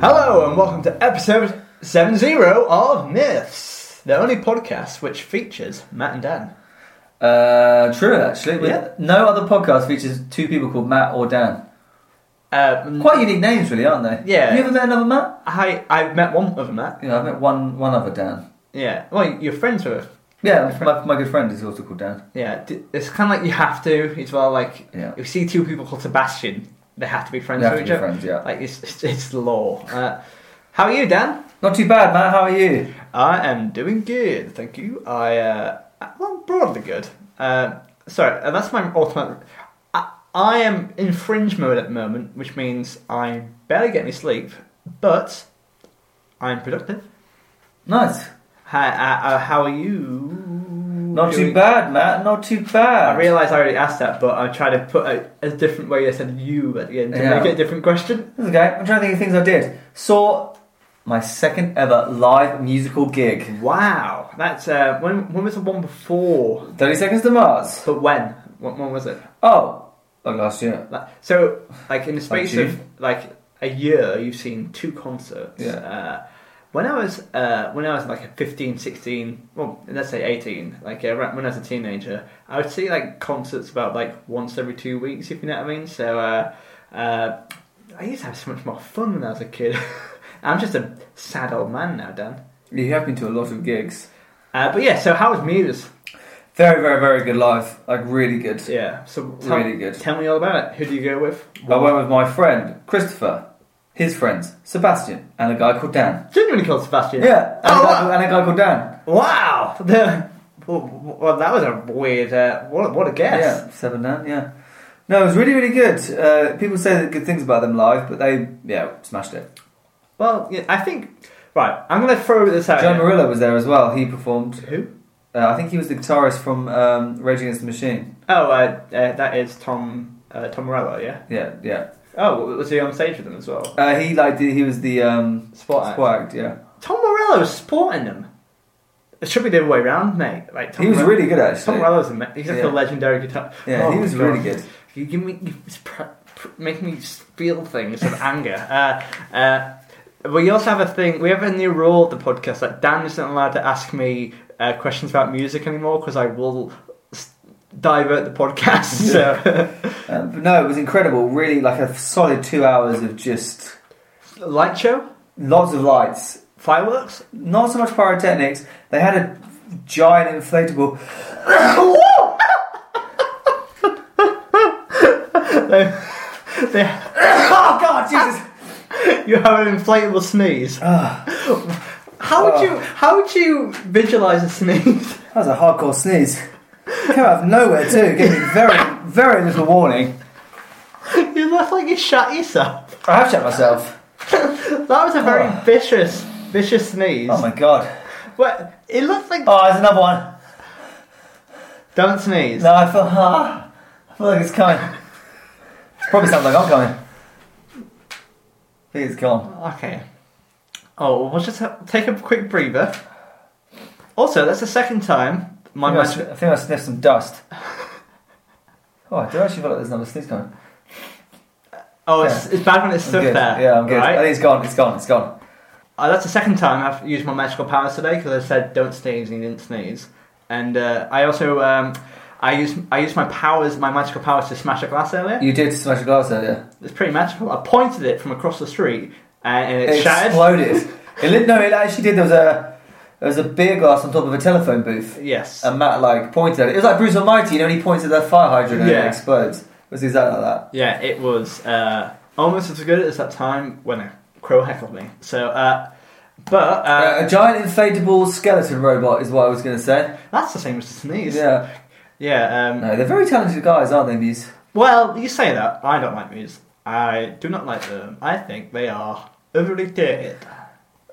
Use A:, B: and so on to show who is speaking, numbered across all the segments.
A: Hello and welcome to episode 70 of Myths, the only podcast which features Matt and Dan.
B: Uh, true, actually. With-
A: Yeah.
B: No other podcast features two people called Matt or Dan.
A: Um,
B: Quite unique names, really, aren't they?
A: Yeah.
B: Have you ever met another Matt?
A: I, I've met one of them, Matt.
B: Yeah, I've met one one other Dan.
A: Yeah. Well, you're friends with her.
B: Yeah, my, my good friend is also called Dan.
A: Yeah. d- It's kind of like you have to as well. Like,
B: Yeah.
A: if you see two people called Sebastian, they have to be friends
B: They have to
A: with each
B: be
A: other.
B: friends, yeah.
A: Like, it's, it's, it's law. Uh, how are you, Dan?
B: Not too bad, Matt. How are you?
A: I am doing good, thank you. I uh, well, broadly good. Uh, sorry, uh, that's my ultimate. I, I am in fringe mode at the moment, which means I barely get any sleep, but I'm productive.
B: Nice.
A: Hi, uh, uh, how are you?
B: Not too
A: doing?
B: bad, Matt. Not too bad.
A: I realise I already asked that, but I tried to put a, a different way I said you at the end to
B: Yeah.
A: make it a different question.
B: That's okay. I'm trying to think of things I did. Saw my second ever live musical gig.
A: Wow, that's uh, when. When was the one before?
B: 30 Seconds to Mars.
A: But when? When, when was it?
B: Oh, like last year.
A: Like, so, like in the
B: Like
A: space
B: you.
A: of like a year, you've seen two concerts.
B: Yeah.
A: Uh, when I was uh, when I was like 15, 16, well, let's say eighteen, like uh, right- when I was a teenager, I would see like concerts about like once every two weeks, if you know what I mean. So, uh, uh, I used to have so much more fun when I was a kid. I'm just a sad old man now, Dan.
B: You have been to a lot of gigs.
A: Uh, but yeah, so how was Muse?
B: Very, very, very good live. Like, really good.
A: Yeah, so tell,
B: Really good.
A: Tell me all about it. Who do you go with?
B: I went with my friend Christopher, his friends Sebastian, and a guy called Dan.
A: Genuinely called Sebastian.
B: Yeah, and,
A: Oh,
B: a, guy,
A: wow.
B: called- and a guy called Dan.
A: Wow! The, well, well, that was a weird. Uh, what, what a guess.
B: Yeah, seven Dan. Yeah, no, it was really really good. Uh, people say that good things about them live, but they yeah smashed it.
A: Well, yeah, I think. Right, I'm going to throw this out.
B: John
A: here.
B: Marilla was there as well. He performed.
A: Oh, Who?
B: Uh, I think he was the guitarist from um, Rage Against the Machine.
A: Oh, uh, uh, that is Tom uh, Tom Morello, yeah?
B: Yeah, yeah.
A: Oh, was he on stage with them as well?
B: Uh, he like did, he was the um,
A: Spot act.
B: spot act. Yeah,
A: Tom Morello's sporting them. It should be the other way round, mate. Like Tom
B: he was
A: Morello-
B: really good
A: Tom
B: actually.
A: Morello's a ma- he's like
B: Yeah.
A: a legendary guitar.
B: Yeah,
A: Oh
B: he
A: my
B: was
A: God.
B: really good.
A: You give me, you s- pr- pr- make me s- feel things of anger. Uh, uh, we also have a thing. We have a new rule at the podcast that Dan isn't allowed to ask me uh, questions about music anymore because I will s- divert the podcast.
B: Um, but no, it was incredible. Really, like a solid two hours of just
A: So, light show,
B: lots of lights.
A: fireworks.
B: not so much pyrotechnics. They had a giant inflatable.
A: They-
B: Oh God, Jesus!
A: you have an inflatable sneeze.
B: Ah,
A: How would
B: Ah.
A: you? How would you visualize a sneeze?
B: that was a hardcore sneeze. Came out of nowhere too, giving me very, very little warning.
A: you look like you shot yourself.
B: I have shut myself.
A: That was a very
B: Ah.
A: vicious, vicious sneeze.
B: Oh my God!
A: Well, it looks like.
B: Oh, there's another one.
A: Don't sneeze.
B: No, I feel. ah, I feel like it's coming. It probably sounds like I'm coming. I think it's gone.
A: Okay. Oh, we'll just ha- take a quick breather. Also, that's the second time my
B: I think I,
A: mind.
B: sn- I think I sniffed some dust. Oh, I do actually feel like there's another sneeze coming.
A: Oh, it's, it's bad when it's stuck
B: I'm good.
A: there.
B: Yeah, I'm good. I
A: Right?
B: think it's gone. It's gone. It's gone.
A: Uh, that's the second time I've used my magical powers today because I said don't sneeze and you didn't sneeze. And uh, I also um, I used I used my powers, my magical powers, to smash a glass earlier.
B: You did smash a glass earlier.
A: It's pretty magical. I pointed it from across the street and, and it,
B: It
A: shattered.
B: exploded. it lit, no, it actually did. There was a there was a beer glass on top of a telephone booth,
A: Yes.
B: and Matt like pointed at it. It was like Bruce Almighty, you know, when he points at that fire hydrant and
A: Yeah.
B: it explodes. It was exactly like that.
A: Yeah, it was uh, almost as good as that time when a crow heckled me. So, uh,
B: Uh,
A: but uh,
B: a giant inflatable skeleton robot is what I was going to say.
A: that's the same as the sneeze.
B: Yeah,
A: Yeah, um,
B: no, they're very talented guys, aren't they, Muse?
A: Well, you say that. I don't like Muse. I do not like them. I think they are overly dated.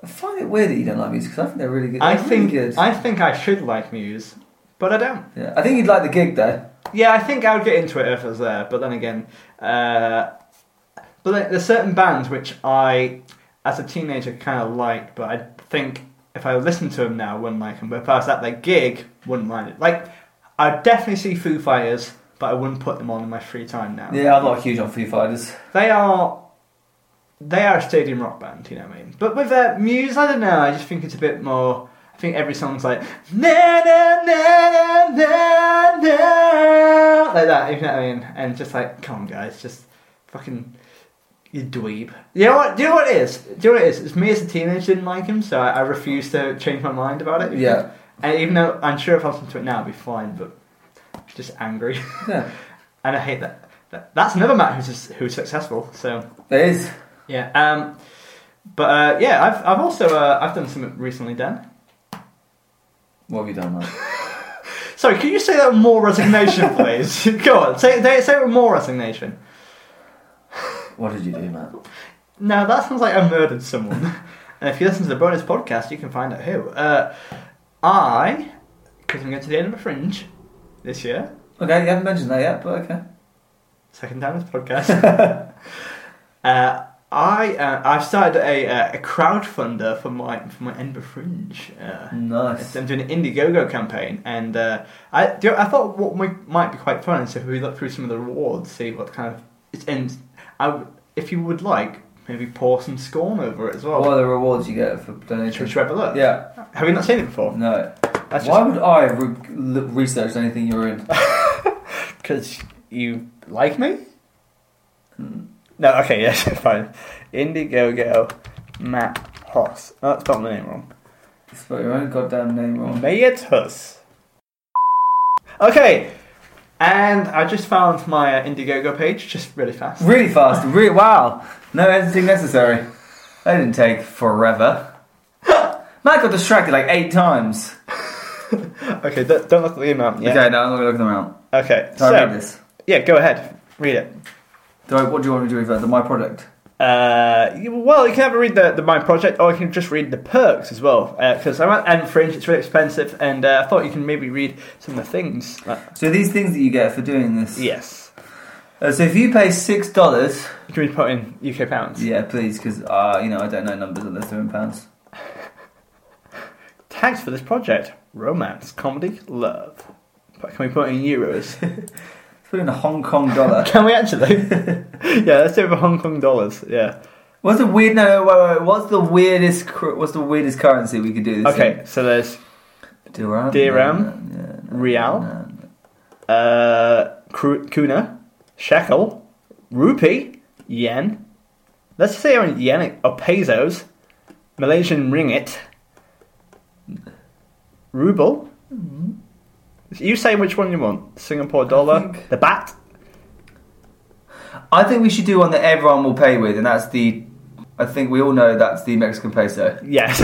B: I find it weird that you don't like music because I think they're really good.
A: I
B: they're really
A: think
B: good.
A: I think I should like Muse, but I don't.
B: yeah. I think you'd like the gig though.
A: Yeah, I think I would get into it if I was there, but then again, uh, but there- there's certain bands which I, as a teenager, kind of liked, but I think if I listened to them now, I wouldn't like them. But if I was at their gig, wouldn't mind it. Like, I'd definitely see Foo Fighters, but I wouldn't put them on in my free time now.
B: Yeah, I'm not huge on Foo Fighters.
A: They are, they are a stadium rock band, you know what I mean? But with their Muse, I don't know, I just think it's a bit more. I think every song's like na na na na na na like that. You know what I mean? And just like, come on, guys, just fucking you dweeb. You know what? Do you know what it is? Do you know what it is? It's me as a teenager didn't like him, so I, I refuse to change my mind about it.
B: Yeah.
A: And even though I'm sure if I listened to it now, I'd be fine, but just angry,
B: Yeah,
A: and I hate that. that that's another Matt who's who's successful. So.
B: there is.
A: Yeah. Um, but uh, yeah, I've I've also uh, I've done something recently, Dan.
B: What have you done, man?
A: Sorry, can you say that with more resignation, please? Go on, say say say it with more resignation.
B: What did you do, man?
A: Now that sounds like I murdered someone. and if you listen to the bonus podcast, you can find out who. Uh, I, because I'm going to the Edinburgh Fringe this year,
B: Okay, you haven't mentioned that yet, but okay.
A: second time this podcast. uh, I uh, I've started a uh, a crowdfunder for my for my Edinburgh Fringe. Uh,
B: Nice.
A: I'm doing an Indiegogo campaign, and uh, I do you know, I thought what we, might be quite fun. So if we look through some of the rewards, see what kind of it's and I w- if you would like maybe pour some scorn over it as well.
B: What are the rewards you get for
A: Should we
B: donations?
A: should we have a look?
B: Yeah.
A: Have you not seen it before?
B: No.
A: That's
B: Why would I re- l- research anything you're in?
A: because you like me. Hmm. No, okay, yes, fine. Indiegogo, Matt Hoss. Oh, that's spelled my name wrong.
B: Spell your own goddamn name wrong.
A: Mayatus. Okay, and I just found my uh, Indiegogo page just really fast.
B: Really fast. Really wow. No editing necessary. That didn't take forever. Matt got distracted like eight times.
A: Okay, don't, don't look at the amount yet.
B: Okay, no, I'm not gonna look them out.
A: Okay,
B: So, I read
A: so
B: this.
A: yeah, go ahead, read it.
B: Do I, what do you want me to read? The my product.
A: Uh, you- well, you can have a read the, the My Project, or you can just read the perks as well. uh, Because I went and Fringe, it's really expensive, and uh, I thought you can maybe read some of the things. Uh,
B: So these things that you get for doing this.
A: yes,
B: Uh, so if you pay six dollars,
A: you can put in UK pounds.
B: yeah, please, because uh, you know I don't know numbers unless they're in pounds.
A: Tags for this project: romance, comedy, love. But can we put in euros?
B: Put in a Hong Kong dollar.
A: can we actually? yeah, let's do it for Hong Kong dollars. Yeah.
B: what's the weird? No, no, wait, wait, wait. What's the weirdest? cur- What's the weirdest currency we could do this?
A: Okay, so there's
B: in? dirham.
A: Dirham.
B: No, no, no,
A: Real.
B: no, no.
A: uh, cru- kuna, shekel, rupee, yen. Let's say on yen or pesos, Malaysian ringgit, ruble. You say which one you want: Singapore dollar,
B: think-
A: the bat.
B: I think we should do one that everyone will pay with, and that's the. I think we all know that's the Mexican peso.
A: Yes.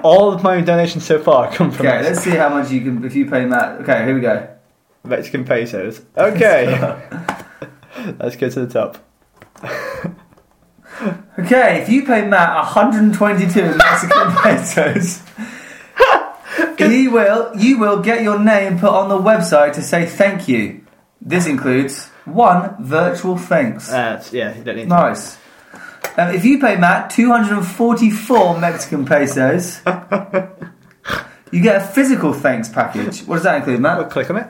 A: All of my donations so far come from
B: Okay, let's see how much you can if you pay Matt. Okay, here we go.
A: Mexican pesos. Okay. let's go to the top.
B: Okay, if you pay Matt 122 Mexican pesos, he will you will get your name put on the website to say thank you. This includes one virtual thanks.
A: Uh, yeah, you don't need. To.
B: Nice. Um, if you pay Matt 244 Mexican pesos, you get a physical thanks package. What does that include,
A: I'll
B: Matt?
A: click on it.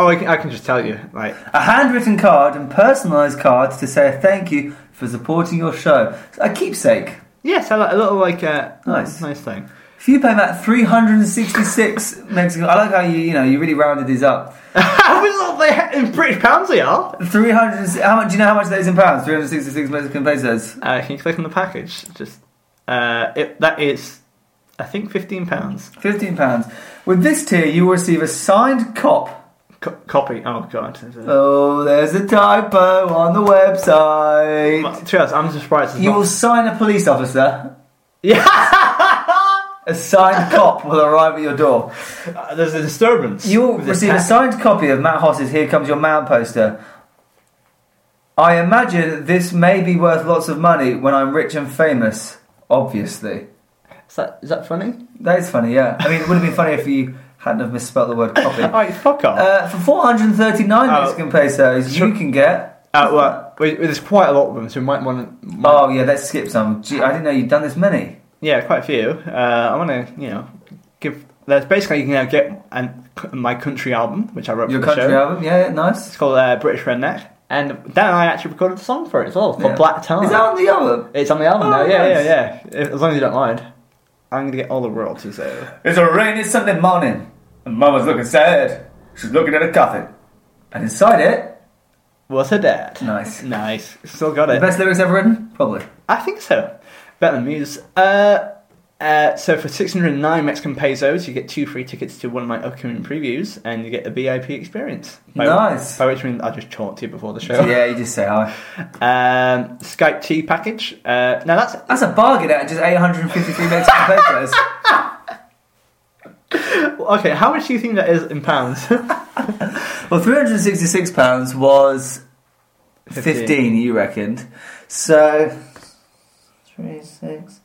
A: Oh, I can, I can just tell you. Like,
B: A handwritten card and personalised cards to say a thank you for supporting your show. A keepsake.
A: Yes, I like, a little like uh,
B: Nice.
A: nice thing.
B: If you pay Matt 366 Mexican, I like how you you know you really rounded these up.
A: How is that they in British pounds they are?
B: 300. How much? Do you know how much that is in pounds? 366 Mexican pesos.
A: Uh, can you click on the package? Just uh, it, that is, I think fifteen pounds.
B: 15 pounds. With this tier, you will receive a signed cop.
A: Co- copy. Oh god.
B: Oh, there's a typo on the website.
A: To be honest, I'm surprised. It's
B: You
A: not.
B: will sign a police officer.
A: Yeah,
B: A signed cop will arrive at your door.
A: Uh, there's a disturbance.
B: You will
A: with this
B: receive a
A: pack.
B: signed copy of Matt Hoss's "Here Comes Your Man" poster. I imagine this may be worth lots of money when I'm rich and famous, obviously.
A: Is that is that funny?
B: That is funny, yeah. I mean, it would have been funny if you hadn't have misspelled the word copy.
A: Alright, fuck off.
B: Uh, for 439
A: Oh.
B: Mexican pesos, you
A: Sure.
B: can get.
A: Uh, well, we, there's quite a lot of them, so we might want to.
B: Oh, yeah, let's skip some. Gee, I didn't know you'd done this many.
A: Yeah, quite a few. Uh, I want to, you know, give. There's basically you can now get an, my country album, which I wrote
B: Your
A: for the
B: country
A: show.
B: album, yeah, yeah, nice.
A: It's called uh, British Redneck, and Dan and I actually recorded a song for it as well for
B: Yeah.
A: Black Tie.
B: Is that on the album?
A: It's on the album
B: Oh,
A: now. Yeah,
B: nice.
A: yeah, yeah. If- as long as you don't mind, I'm gonna get all the royalties though.
B: It's a rainy Sunday morning, and Mama's looking sad. She's looking at a coffin, and inside it,
A: What's her dad?
B: Nice.
A: nice. Still got
B: the
A: it.
B: best lyrics ever written, probably.
A: I think so. Better than Muse. Uh, uh, so for 609 Mexican pesos, you get two free tickets to one of my upcoming previews, and you get a VIP experience. By-
B: Nice.
A: By which I mean I just talked to you before the show.
B: Yeah, you just say hi.
A: Um, Skype tea package. Uh, now that's
B: That's a bargain at just 853 Mexican pesos.
A: okay. How much do you think that is in pounds?
B: Well, 366 pounds was 15, you reckoned. So. 36.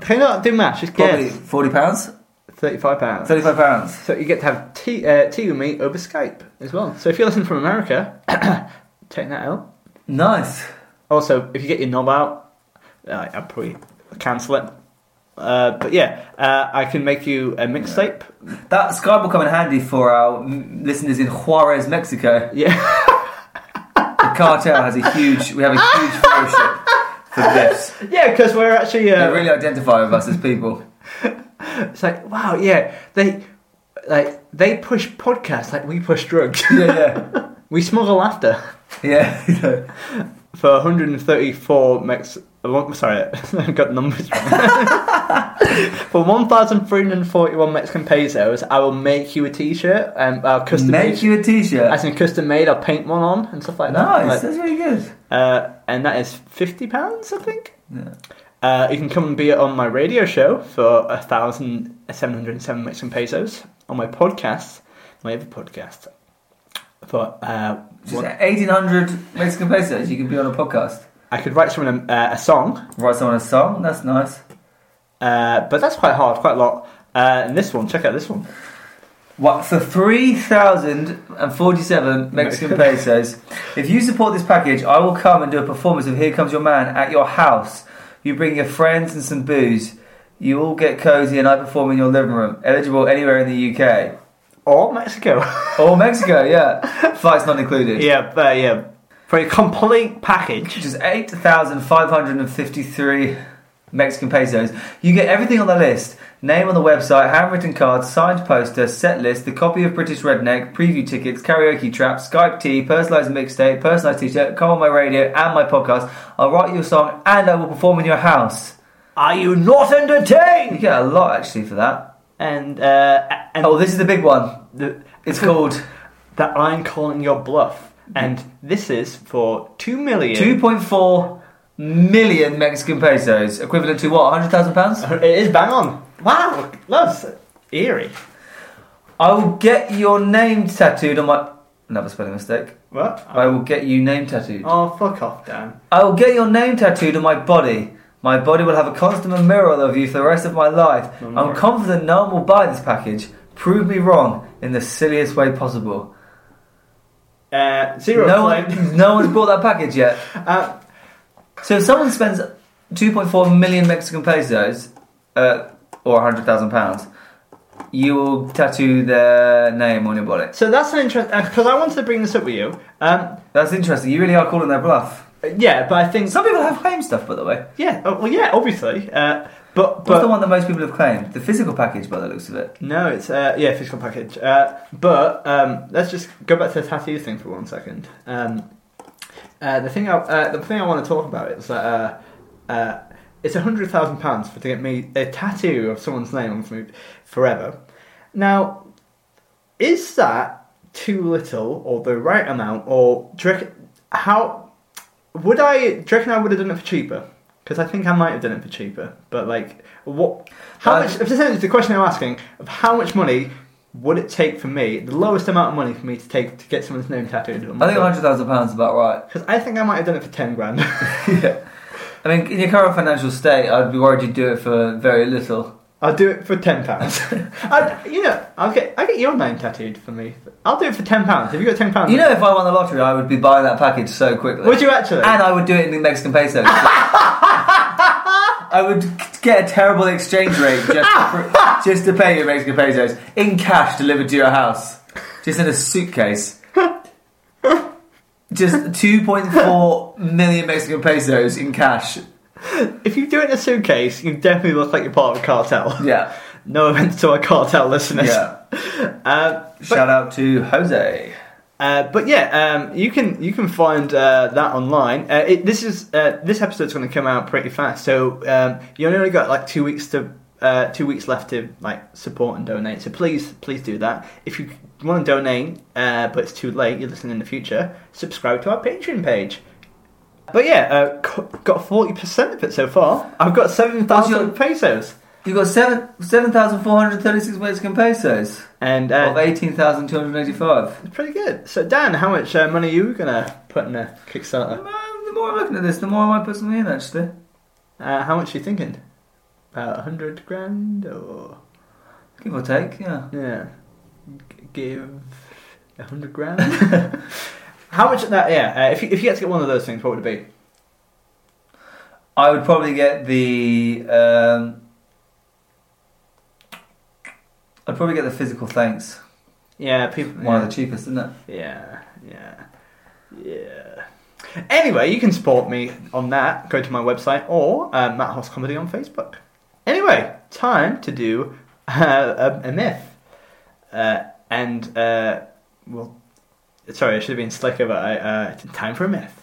A: Can you not do math? Just
B: Probably
A: guess.
B: 40 pounds?
A: Thirty-five pounds.
B: 35 pounds.
A: So you get to have tea, uh, tea with me over Skype as well. So if you're listening from America, take that out.
B: Nice.
A: Also, if you get your knob out, uh, I'll probably cancel it. Uh, but yeah, uh, I can make you a mixtape.
B: That Skype will come in handy for our m- listeners in Juarez, Mexico.
A: Yeah,
B: The cartel has a huge, we have a huge fellowship for this.
A: yeah, because we're actually.
B: They
A: Uh,
B: really identify with us as people.
A: It's like wow, yeah, they like they push podcasts like we push drugs.
B: Yeah,
A: we smuggle laughter.
B: yeah. Yeah.
A: for 134 Mex. one- Sorry, I've got numbers wrong. for 1,341 Mexican pesos, I will make you a T-shirt and uh, custom
B: Make you a t shirt.
A: as in custom made. I'll paint one on and stuff like that.
B: Nice,
A: Like,
B: that's really good.
A: uh, and that is fifty pounds, I think.
B: Yeah.
A: Uh, you can come and be on my radio show for a thousand seven hundred seven Mexican pesos on my podcast, my other podcast, for uh,
B: Just
A: one-
B: 1800 Mexican pesos, you can be on a podcast.
A: I could write someone a, uh, a song
B: Write someone a song, that's nice.
A: Uh, but that's quite hard, quite a lot. Uh, and this one, check out this one.
B: What for three thousand and forty-seven Mexican pesos? If you support this package, I will come and do a performance of "Here Comes Your Man" at your house. You bring your friends and some booze. You all get cozy, and I perform in your living room. Eligible anywhere in the UK
A: Or Oh, Mexico.
B: or Mexico. Yeah, flights not included.
A: yeah, but yeah. For a complete package.
B: Which is eight thousand five hundred and fifty-three Mexican pesos. You get everything on the list. Name on the website, handwritten card, signed poster, set list, the copy of British Redneck, preview tickets, karaoke trap, Skype tea, personalised mixtape, personalised t-shirt, come on my radio and my podcast. I'll write you a song and I will perform in your house.
A: Are you not
B: You
A: entertained?
B: get a lot actually for that.
A: And, uh, and
B: Oh, this is the big one.
A: the,
B: It's called
A: that I'm calling your bluff. And this is for two million.
B: two point four million Mexican pesos, equivalent to what, hundred thousand pounds?
A: It is bang on. Wow, that's eerie.
B: I will get your name tattooed on my. Another spelling mistake.
A: What?
B: I will get you name tattooed.
A: Oh, fuck off, Dan.
B: I will get your name tattooed on my body. My body will have a constant mirror of you for the rest of my life.
A: No more.
B: I'm confident no one will buy this package. Prove me wrong in the silliest way possible.
A: Uh, zero
B: No,
A: claim.
B: one, no one's bought that package yet.
A: Uh,
B: So if someone spends 2.4 million Mexican pesos, uh, or 100,000 pounds, you will tattoo their name on your body.
A: so that's an interesting. Because I wanted to bring this up with you. Um,
B: That's interesting. You really are calling their bluff.
A: yeah, but I think.
B: Some people have claimed stuff, by the way.
A: Yeah, oh, well, yeah, obviously. Uh, but
B: What's
A: but
B: the one that most people have claimed? The physical package, by the looks of it.
A: no, it's uh, yeah, physical package. Uh, but um, let's just go back to the tattoo thing for one second. Um, uh, the thing I uh, the thing I want to talk about is that uh, uh, it's a hundred thousand pounds for to get me a tattoo of someone's name on me forever. Now, is that too little or the right amount, or do you reckon, how would I? Do you reckon I would have done it for cheaper? Because I think I might have done it for cheaper. But like, what? How
B: Uh,
A: much? If this is the question I'm asking, of how much money would it take for me the lowest amount of money for me to take to get someone's name tattooed?
B: I think hundred thousand pounds is about right.
A: Because I think I might have done it for ten grand.
B: yeah. I mean, in your current financial state, I'd be worried you'd do it for very little.
A: I'll do it for ten pounds. you know, I'll get I get your name tattooed for me. I'll do it for ten pounds. Have you got ten pounds?
B: You know, if I won the lottery, I would be buying that package so quickly.
A: would you actually?
B: And I would do it in Mexican pesos. I would get a terrible exchange rate just to, pr- just to pay you Mexican pesos in cash delivered to your house, just in a suitcase. Just 2.4 million Mexican pesos in cash.
A: if you do it in a suitcase, you definitely look like you're part of a cartel.
B: Yeah.
A: No offense to our cartel listeners.
B: Yeah.
A: Um,
B: Shout out to Jose.
A: Uh, but yeah, um, you can you can find uh, that online. Uh, it, this is uh, this episode's going to come out pretty fast, so um, you only got like two weeks to uh, two weeks left to like support and donate. So please please do that. If you want to donate, uh, but it's too late, you're listening in the future. Subscribe to our Patreon page. But yeah, uh, co- got forty percent of it so far. I've got seven thousand pesos
B: You've got seven seven thousand four hundred thirty six Mexican pesos
A: and
B: of
A: uh,
B: eighteen thousand two hundred eighty five.
A: it's pretty good. So Dan, how much uh, money are you gonna put in a Kickstarter?
B: Um, the more I'm looking at this, the more I might put something in actually.
A: Uh, how much are you thinking? About a hundred grand or
B: Give or take, yeah.
A: yeah, G- give a hundred grand. how much? That yeah. Uh, if you, if you had to get one of those things, what would it be?
B: I would probably get the. Um, I'd probably get the physical thanks.
A: Yeah, people.
B: One
A: yeah.
B: of the cheapest, isn't it?
A: Yeah, yeah, yeah. Anyway, you can support me on that. Go to my website or uh, Matt Hoss Comedy on Facebook. Anyway, time to do uh, a, a myth. Uh, and, uh, well, sorry, I should have been slicker, but I, uh, it's time for a myth.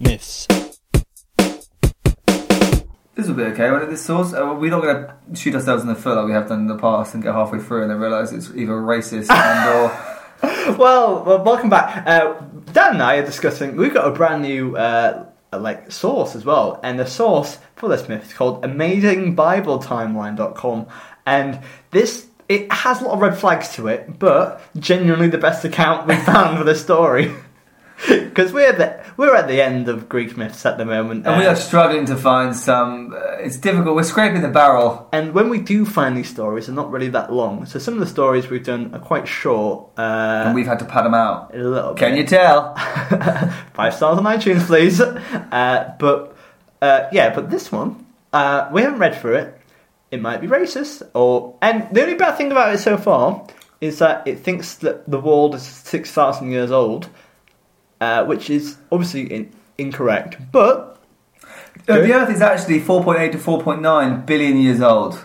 C: Myths.
B: This will be okay. Right at this source, uh, we're not going to shoot ourselves in the foot like we have done in the past and get halfway through and then realise it's either racist and or
A: Well, well welcome back. Uh, Dan and I are discussing, we've got a brand new, uh, like, source as well. And the source for this myth is called AmazingBibleTimeline.com. And this, it has a lot of red flags to it, but genuinely the best account we found for this story. Because we're the, we're at the end of Greek myths at the moment,
B: and we
A: uh,
B: are struggling to find some. Uh, it's difficult. We're scraping the barrel.
A: And when we do find these stories, they're not really that long. So some of the stories we've done are quite short. Uh,
B: and we've had to pad them out.
A: a little
B: Can
A: bit.
B: you tell?
A: Five stars on iTunes, please. Uh, but uh, yeah, but this one uh, we haven't read through it. It might be racist, or and the only bad thing about it so far is that it thinks that the world is six thousand years old, uh, which is obviously in- incorrect. But
B: Uh, the Earth is actually 4.8 to 4.9 billion years old.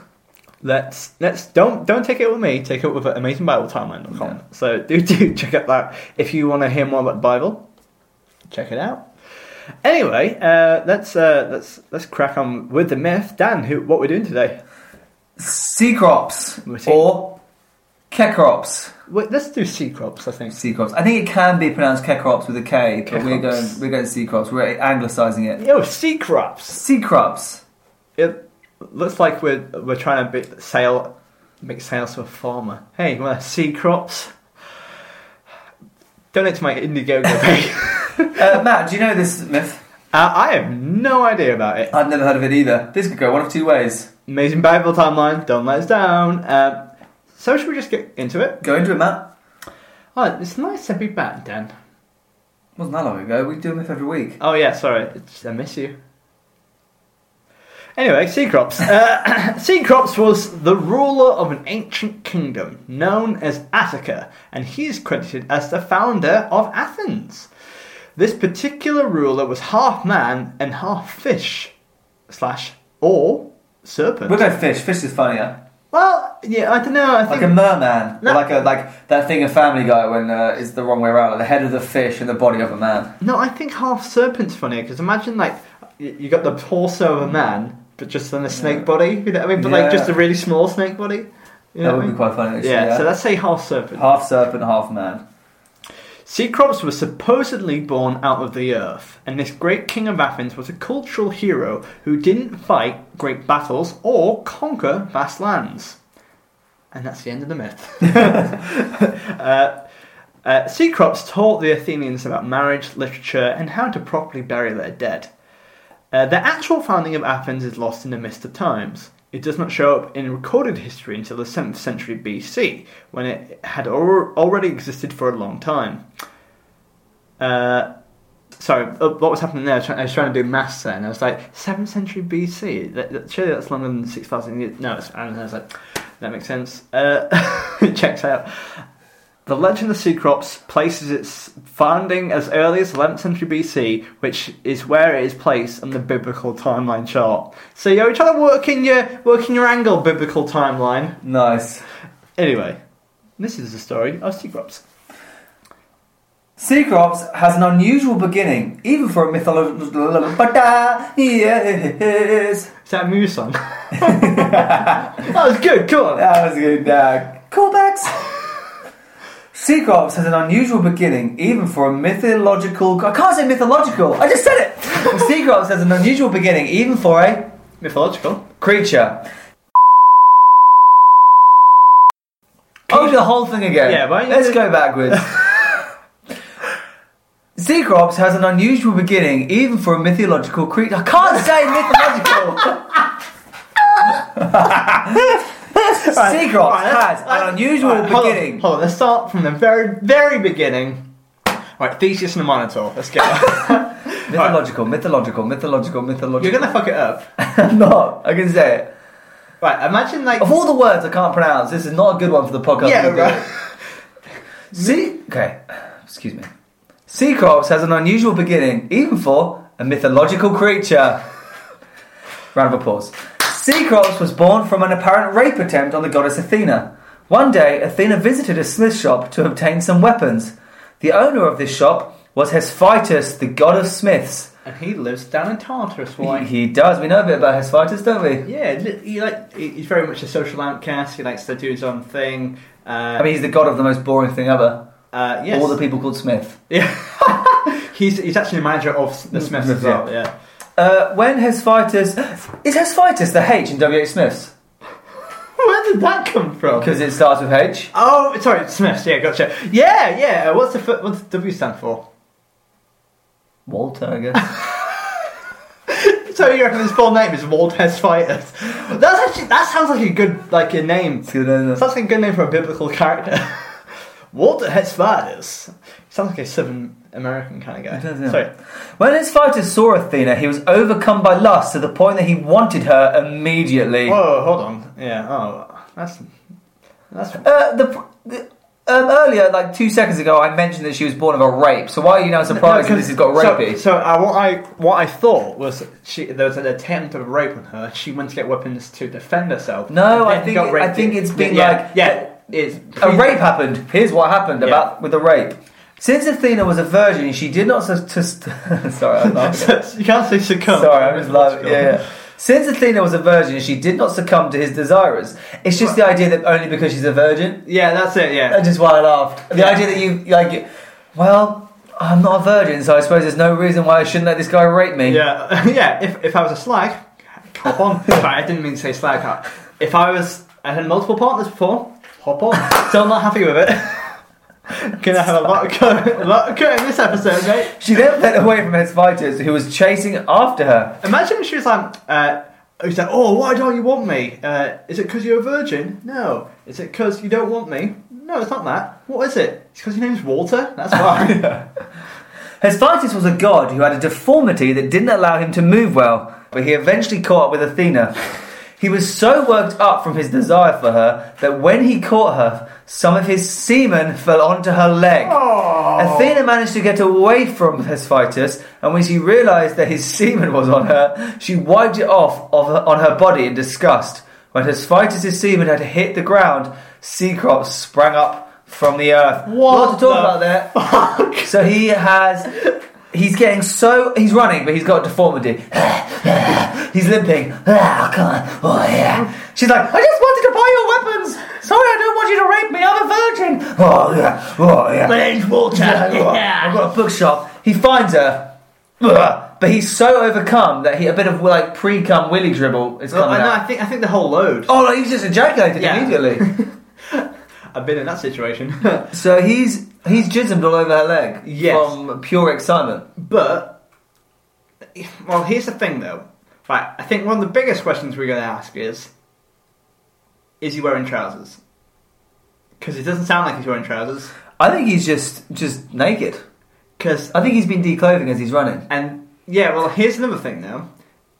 A: let's let's don't don't take it with me. Take it with AmazingBibleTimeline.com.
B: Yeah.
A: So do do check out that if you want to hear more about the Bible, check it out. Anyway, uh, let's uh, let's let's crack on with the myth. Dan, who what we're doing today?
B: Sea crops
A: What's it?
B: or kekrops.
A: Wait, let's do sea crops. I think.
B: Sea crops. I think it can be pronounced kekrops with a K, but we're
A: Kekrops.
B: going we're going sea crops. We're anglicising it.
A: Yo, sea crops.
B: Sea crops.
A: It looks like we're we're trying to bit sale, make sales to a farmer. Hey, you want sea crops? Donate to my Indiegogo page.
B: Uh, Matt, do you know this myth?
A: uh, I have no idea about it.
B: I've never heard of it either. This could go one of two ways.
A: Amazing Bible timeline, don't let us down. Um, so should we just get into it?
B: Go into it, Matt.
A: Oh, it's nice to be back, Dan.
B: Wasn't that long ago? We do a myth every week.
A: Oh yeah, sorry, it's, I miss you. Anyway, Sea Crops. Uh, sea Crops was the ruler of an ancient kingdom known as Attica, and he is credited as the founder of Athens. This particular ruler was half man and half fish, slash or serpent.
B: We'll go fish. Fish is funnier.
A: Well, yeah, I don't know. I think
B: Like a merman.
A: No.
B: Or like a like that thing in Family Guy when uh, it's the wrong way around. Like the head of the fish and the body of a man.
A: No, I think half serpent's funnier because imagine like y- you got the torso of a man, but just then a snake body. You know what I mean? But like just a
B: Yeah.
A: really small snake body.
B: that
A: You know what I
B: would
A: mean?
B: be quite funny. Actually,
A: yeah, So let's say half serpent.
B: half serpent, half man.
A: Cecrops was supposedly born out of the earth, and this great king of Athens was a cultural hero who didn't fight great battles or conquer vast lands. And that's the end of the myth. uh, uh, Cecrops taught the Athenians about marriage, literature, and how to properly bury their dead. Uh, the actual founding of Athens is lost in the mist of times. It does not show up in recorded history until the 7th century BC, when it had al- already existed for a long time. Uh, sorry, uh, what was happening there? I was, trying, I was trying to do maths there, and I was like, 7th century BC? That, that, surely that's longer than 6,000 years. No, it's, and I was like, that makes sense. Uh, it checks out. The legend of Cecrops places its founding as early as 11th century BC, which is where it is placed on the biblical timeline chart. So you're trying to work in your work in your angle biblical timeline.
B: Nice.
A: Anyway, this is the story of Cecrops.
B: Cecrops has an unusual beginning, even for a mythological. But uh, yes.
A: Is that a Muse song? that was good. Come on.
B: That was a good. Uh, callbacks. Seagrops has an unusual beginning, even for a mythological. I can't say mythological. I just said it. Seagrops has an unusual beginning, even for a
A: Mythological.
B: creature. Oh, the whole thing again.
A: Yeah, why don't you
B: Let's
A: do-
B: go backwards. Seagrops has an unusual beginning, even for a mythological creature. I can't say mythological. Seagrops
A: Alright,
B: has
A: let's-
B: an unusual
A: Alright, hold on,
B: beginning.
A: Hold on, let's start from the very, very beginning. Right, Theseus and the Minotaur. Let's go.
B: Mythological, mythological, mythological,
A: You're
B: mythological.
A: gonna fuck it up.
B: I'm not. I can say it.
A: Right, imagine like
B: Of all the words I can't pronounce, this is not a good one for the podcast.
A: yeah,
B: We'll Oh, do
A: right.
B: it. See, okay, excuse me. Seacrops has an unusual beginning, even for a mythological creature. Round of applause. Seacrops was born from an apparent rape attempt on the goddess Athena. One day, Athena visited a smith shop to obtain some weapons. The owner of this shop was Hesphytus, the god of smiths.
A: And he lives down in Tartarus.
B: He,
A: Why?
B: he does. We know a bit about Hesphytus, don't we?
A: Yeah, li- he like he- he's very much a social outcast. He likes to do his own thing. Uh,
B: I mean, he's the god of the most boring thing ever.
A: uh, yes.
B: All the people called Smith.
A: yeah. he's he's actually the manager of the Smiths as well. Yeah.
B: Uh, when Hesphytus. Is Hesphytus the H in W.H. Smith's?
A: Where did that come from?
B: Because it starts with H.
A: Oh, sorry, Smiths. Yeah, gotcha. Yeah, yeah. What's the fir- what's W stand for?
B: Walter, I guess.
A: So you reckon his full name is Walters Fighters? That's actually that sounds like a good like a name.
B: It's good, isn't it?
A: Sounds like a good name for a biblical character. Walter Hesperides. Sounds like a Southern American kind of guy.
B: does, yeah.
A: Sorry.
B: when Hesphytus saw Athena, he was overcome by lust to the point that he wanted her immediately.
A: Whoa, hold on. Yeah. Oh, that's that's.
B: Uh, the. the um, earlier, like two seconds ago, I mentioned that she was born of a rape. So why are you now surprised that this has got
A: so,
B: rapey?
A: so uh, what I what I thought was she there was an attempt of rape on her. She went to get weapons to defend herself.
B: No,
A: and
B: I
A: then
B: think
A: got
B: it-
A: raped.
B: I think it's been
A: yeah,
B: like-
A: yeah, it's
B: a rape happened. Here's what happened
A: Yeah.
B: about with the rape. Since Athena was a virgin, she did not. Su- to st- sorry, I'm laughing.
A: you can't say succumb.
B: Sorry, I'm just laughing.
A: Mythological.
B: Yeah, yeah. Since Athena was a virgin, she did not succumb to his desires. It's just the idea that only because she's a virgin.
A: Yeah, that's it. Yeah,
B: That's just why I laughed. The
A: Yeah.
B: idea that you like, well, I'm not a virgin, so I suppose there's no reason why I shouldn't let this guy rape me.
A: yeah, yeah. If if I was a slag, hop on. Sorry, I didn't mean to say slag. I- If I was, I had multiple partners before. Hop on. Still not happy with it. Gonna have a lot of co- a lot of co in this episode, mate.
B: She then fled away from Hesphytus, who was chasing after her.
A: Imagine if she was like, uh, he's like, oh, why don't you want me? Uh, is it because you're a virgin? No. Is it because you don't want me? No, it's not that. What is it? It's because your name's Walter. That's why.
B: Hesphytus was a god who had a deformity that didn't allow him to move well, but he eventually caught up with Athena. He was so worked up from his desire for her that when he caught her, some of his semen fell onto her leg.
A: Oh.
B: Athena managed to get away from Hesphytus, and when she realized that his semen was on her, she wiped it off of her, on her body in disgust. When Hesphytus' semen had hit the ground, Cecrops sprang up from the earth.
A: What
B: Lot to talk
A: the
B: about there. So he has. He's getting so. He's running, but he's got deformity. he's limping. Oh, come on. Oh, yeah. She's like, I just wanted to buy your weapons. Sorry, I don't want you to rape me.
A: me, I'm a virgin.
B: Oh yeah, oh yeah.
A: My name's Walter.
B: I've got a bookshop. He finds her, Ugh. but he's so overcome that he a bit of like pre-cum willy dribble is
A: Well, I,
B: coming
A: know,
B: out.
A: I think I think the whole load.
B: Oh, like, he's just ejaculated
A: Yeah.
B: immediately.
A: I've been in that situation.
B: so he's he's jismed all over her leg
A: Yes.
B: from pure excitement.
A: but well, here's the thing though. Right, I think one of the biggest questions we're going to ask is: Is he wearing trousers? Because it doesn't sound like he's wearing trousers.
B: I think he's just just naked.
A: Because
B: I think he's been declothing as he's running.
A: and yeah, well, here's another thing though.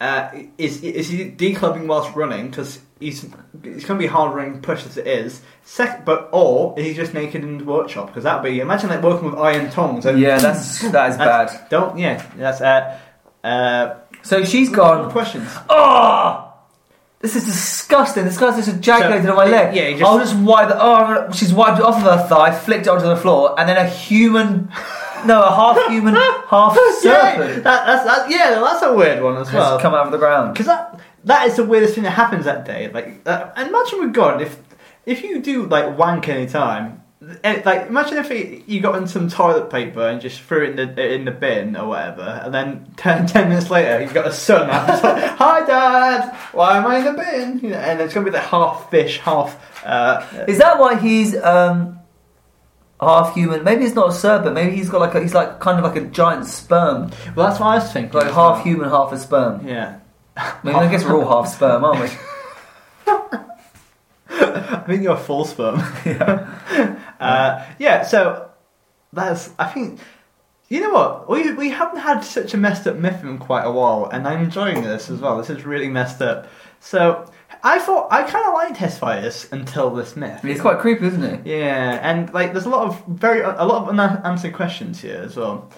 A: Uh, is is he declubbing whilst running? Because he's it's going to be hard running push as it is. Sec- but or is he just naked in the workshop? Because that'd be imagine like working with iron tongs. And
B: Yeah, that's that is
A: That's-
B: bad.
A: Don't yeah. That's uh, uh,
B: So she's
A: more
B: gone.
A: questions.
B: Oh, this is disgusting. This guy's just ejaculated
A: So,
B: on my
A: yeah,
B: leg.
A: yeah, he just-
B: I'll just wipe. The, oh, I'm gonna- she's wiped it off of her thigh, flicked it onto the floor, and then a human, no, a half human, half
A: Yeah, that,
B: serpent
A: that's that, yeah, that's a weird one as
B: has
A: well.
B: come out of the ground.
A: Because that that is the weirdest thing that happens that day. Like, uh, imagine with God, if if you do like wank any time, eh, like imagine if it, you got in some toilet paper and just threw it in the in the bin or whatever, and then ten, 10 minutes later you've got a son out. It's like, Hi, Dad. Why am I in the bin? You know, and it's gonna be the half fish, half. Uh,
B: Is that why he's um, half human? Maybe it's not a serpent. Maybe he's got like a, he's like kind of like a giant sperm,
A: well, that's what I was thinking.
B: like half human, half a sperm.
A: Yeah.
B: I mean, I guess we're all half sperm, aren't we?
A: I think you're full sperm. Uh, yeah, so that's. I think. You know what? We, we haven't had such a messed up myth in quite a while, and I'm enjoying this as well. This is really messed up. So, I thought. I kind of liked Hesphias until this myth.
B: It's quite creepy, isn't it?
A: Yeah, and like there's a lot of very a lot of unanswered questions here as well.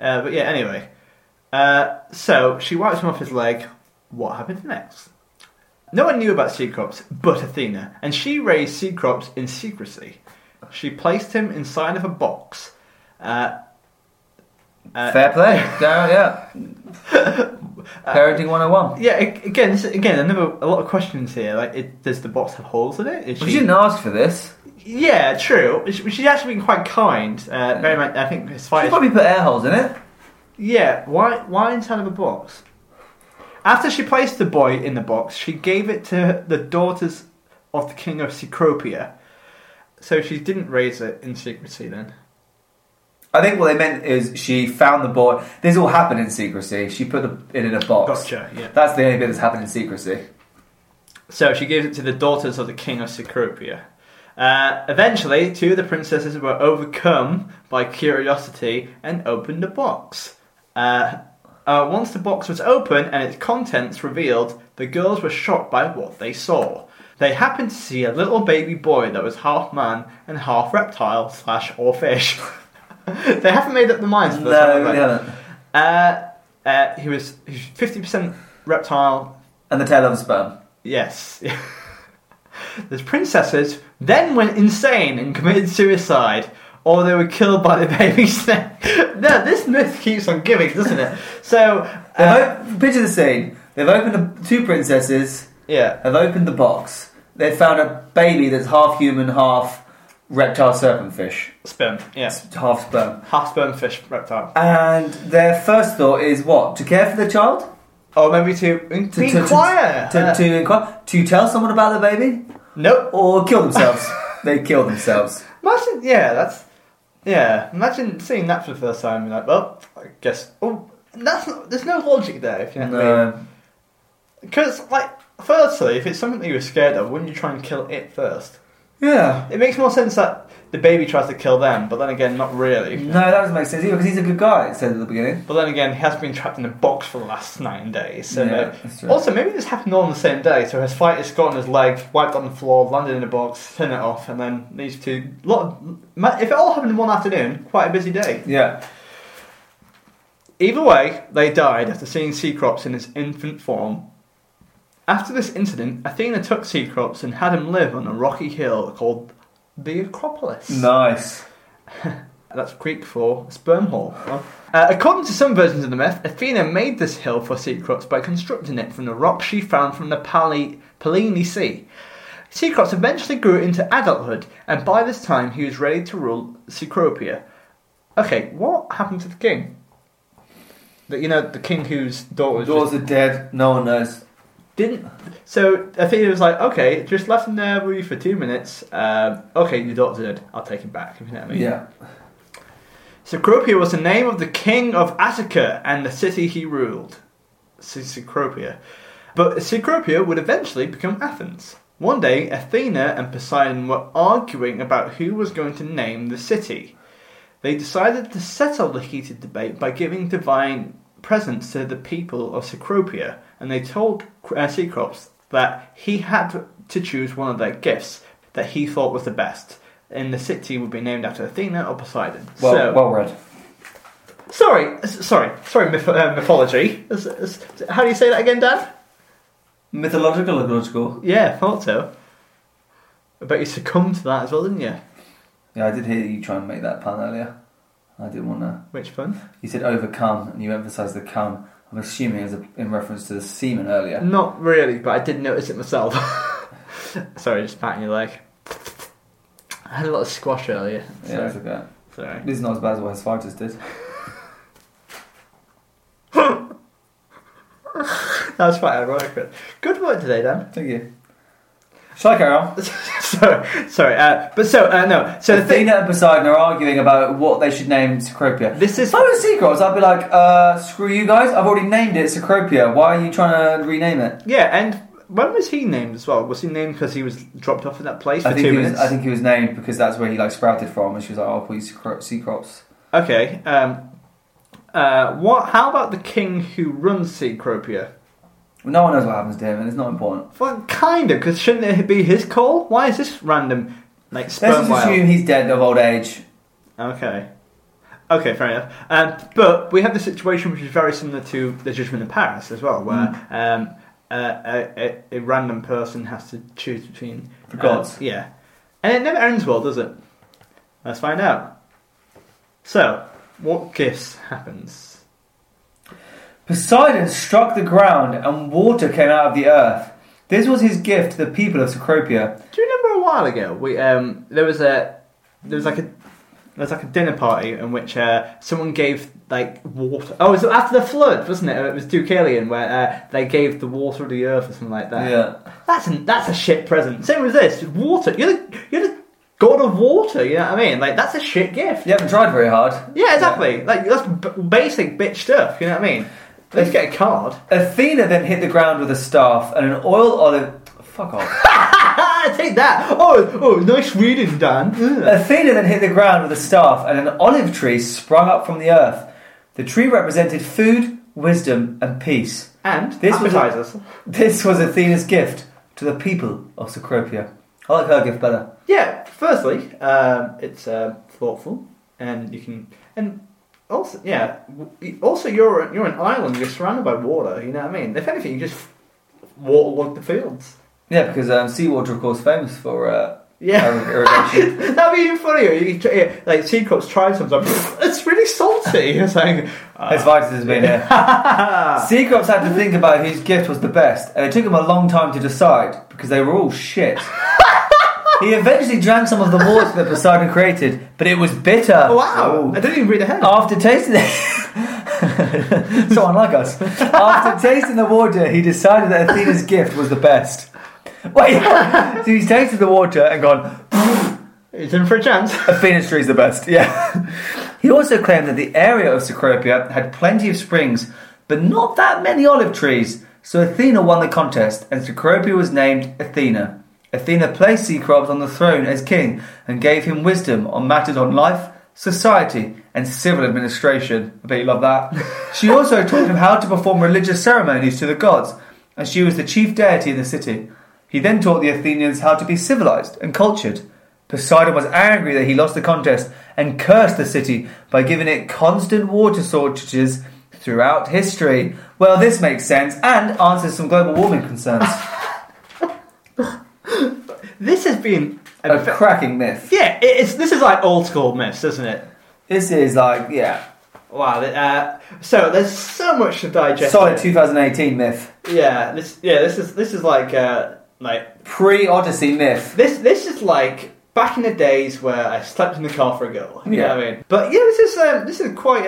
A: Uh, but yeah, anyway. Uh, so she wipes him off his leg. What happened next? No one knew about Cecrops but Athena, and she raised Cecrops in secrecy. She placed him inside of a box. Uh, uh,
B: Fair play. yeah. yeah. Parenting 101.
A: yeah, a- again, this- again, another a lot of questions here. Like, it, does the box have holes in it? Is
B: She didn't ask for this.
A: Yeah, true. She- She's actually been quite kind. Uh, very much, I think,
B: She
A: despite
B: probably put air holes in it.
A: Yeah, why why inside of a box? After she placed the boy in the box, she gave it to the daughters of the king of Cecropia. So she didn't raise it in secrecy then.
B: I think what they meant is she found the boy. This all happened in secrecy. She put the, it in a box.
A: Gotcha, yeah.
B: That's the only bit that's happened in secrecy.
A: So she gives it to the daughters of the king of Cecropia. Uh, eventually, two of the princesses were overcome by curiosity and opened the box. Uh, uh, once the box was open and its contents revealed, the girls were shocked by what they saw. They happened to see a little baby boy that was half man and half reptile slash or fish. they haven't made up their minds for this. have
B: No,
A: they?
B: they haven't.
A: Uh, uh, he was fifty percent reptile,
B: And the tail of a sperm.
A: Yes. the princesses then went insane and committed suicide, or they were killed by the baby snake. no, this myth keeps on giving, doesn't it? So,
B: They've
A: uh,
B: op- picture the scene. They've opened the two princesses.
A: yeah.
B: Have opened the box. They've found a baby that's half human, half reptile serpent fish,
A: Sperm, yeah.
B: half sperm.
A: Half sperm fish reptile.
B: And their first thought is what? To care for the child?
A: Or Oh, maybe to,
B: To,
A: be
B: to,
A: quiet. Uh.
B: To, to, to, inquire? To tell someone about the baby?
A: nope.
B: Or kill themselves? they kill themselves.
A: Imagine, yeah, that's. Yeah, imagine seeing that for the first time and be like, well, I guess. Oh, that's not, there's no logic there, if you know what I mean.
B: No.
A: Because, like, firstly, if it's something that you were scared of, wouldn't you try and kill it first?
B: Yeah.
A: It makes more sense that the baby tries to kill them, but then again, not really.
B: No, that doesn't make sense either because he's a good guy, it said at the beginning.
A: But then again, he has been trapped in a box for the last nine days. So
B: Yeah,
A: uh,
B: that's true.
A: also, maybe this happened all on the same day. So his fight is got on his leg, wiped on the floor, landed in a box, turned it off, and then these two. Lot of, ma- if it all happened in one afternoon, quite a busy day.
B: Yeah.
A: Either way, they died after seeing Cecrops in his infant form. After this incident, Athena took Cecrops and had him live on a rocky hill called the Acropolis.
B: Nice.
A: That's Greek for sperm hole. Uh, according to some versions of the myth, Athena made this hill for Cecrops by constructing it from the rock she found from the Pali- Pallene Sea. Cecrops eventually grew into adulthood, and by this time he was ready to rule Cecropia. Okay, what happened to the king? That you know, the king whose daughter was just-
B: Doors are dead. No one knows.
A: didn't. So I think it was like, okay, just left him there with you for two minutes. Um, okay, your daughter's dead. I'll take him back. If you know what I mean.
B: Yeah.
A: Cecropia was the name of the king of Attica and the city he ruled. Se- Cecropia. But Cecropia would eventually become Athens. One day, Athena and Poseidon were arguing about who was going to name the city. They decided to settle the heated debate by giving divine presents to the people of Cecropia, and they told uh, Cecrops that he had to choose one of their gifts that he thought was the best, and the city would be named after Athena or Poseidon.
B: Well,
A: so,
B: well read.
A: Sorry, s- sorry, sorry, myth- uh, mythology. S- s- How do you say that again, Dad?
B: Mythological or logical?
A: Yeah, thought so. I bet you succumbed to that as well, didn't you?
B: Yeah, I did hear you try and make that pun earlier. I didn't want to.
A: Which fun.
B: You said overcome, and you emphasised the come. I'm assuming as a, in reference to the semen earlier.
A: Not really, but I did notice it myself. sorry, just patting your leg. I had a lot of squash earlier.
B: Yeah,
A: Sorry.
B: it's okay.
A: sorry.
B: This is not as bad as what his fighters did.
A: That was quite ironic, but good work today, Dan.
B: Thank you. Shall I carry on?
A: sorry, sorry. Uh, but so, uh, no. So the thing.
B: Athena and Poseidon are arguing about what they should name Cecropia.
A: This is.
B: If I was Seagulls, I'd be like, uh, screw you guys, I've already named it Cecropia. Why are you trying to rename it?
A: Yeah, and when was he named as well? Was he named because he was dropped off in that place for
B: I think,
A: two
B: he
A: minutes?
B: was, I think he was named because that's where he like sprouted from, and she was like, "I'll call you Cecro- Cecrops."
A: Okay. Um, uh, what? How about the king who runs Cecropia?
B: No one knows what happens to him, and it's not important.
A: Well, kind of, because shouldn't it be his call? Why is this random, like
B: Let's
A: sperm
B: just
A: whale?
B: assume he's dead of old age.
A: Okay. Okay, fair enough. Um, but we have the situation which is very similar to the judgment in Paris as well, where
B: Hmm.
A: um, uh, a, a, a random person has to choose between
B: The gods.
A: uh, yeah, and it never ends well, does it? Let's find out. So, what gifts happens?
B: Poseidon struck the ground, and water came out of the earth. This was his gift to the people of Cecropia.
A: Do you remember a while ago we um there was a there was like a there was like a dinner party in which uh, someone gave like water. Oh, it was after the flood, wasn't it? It was Deucalion where uh, they gave the water of the earth or something like that.
B: Yeah,
A: That's an, that's a shit present. Same as this water. You're the you're the god of water. You know what I mean? Like that's a shit gift.
B: you haven't tried very hard.
A: Yeah, exactly. Like that's b- basic bitch stuff. You know what I mean? Let's get a card.
B: Athena then hit the ground with a staff and an oil olive. Fuck off.
A: Ah, Take that. Oh, oh, nice reading, Dan. Ugh.
B: Athena then hit the ground with a staff, and an olive tree sprung up from the earth. The tree represented food, wisdom, and peace.
A: And
B: This was a-
A: appetizers.
B: This was Athena's gift to the people of Cecropia. I like her gift better.
A: Yeah, firstly, um, it's uh, thoughtful, and you can, and also, yeah, w- also you're you're an island. You're surrounded by water. You know what I mean? If anything, you just waterlog the fields.
B: Yeah, because um, seawater, of course, famous for uh,
A: Yeah,
B: irri- irrigation.
A: that'd be even funnier. You can try, yeah, like sea crops try sometimes. It's really salty. It's like Uh,
B: As vital has been here. Seacrops had to think about whose gift was the best, and it took him a long time to decide because they were all shit. he eventually drank some of the water that Poseidon created, but it was bitter.
A: wow.
B: Ooh.
A: I didn't even read ahead.
B: After tasting the so unlike us. After tasting the water, he decided that Athena's gift was the best. Wait, so he's tasted the water and gone.
A: It's in for a chance.
B: Athena's tree is the best. Yeah. He also claimed that the area of Cecropia had plenty of springs, but not that many olive trees. So Athena won the contest, and Cecropia was named Athena. Athena placed Cecrops on the throne as king and gave him wisdom on matters on life, society, and civil administration. I bet you love that. she also taught him how to perform religious ceremonies to the gods, and she was the chief deity in the city. He then taught the Athenians how to be civilized and cultured. Poseidon was angry that he lost the contest and cursed the city by giving it constant water shortages throughout history. Well, this makes sense and answers some global warming concerns.
A: This has been a
B: A
A: fa-
B: cracking myth.
A: yeah. it- It's this is like old school myths, isn't it?
B: This is like, yeah,
A: Wow. Uh, so there's so much to digest.
B: solid 2018 myth.
A: Yeah, this yeah, this is this is like uh, Like
B: Pre Odyssey myth.
A: this, this is like back in the days where I slept in the car for a girl. You know what I
B: Yeah.
A: mean? But yeah, this is um, this is quite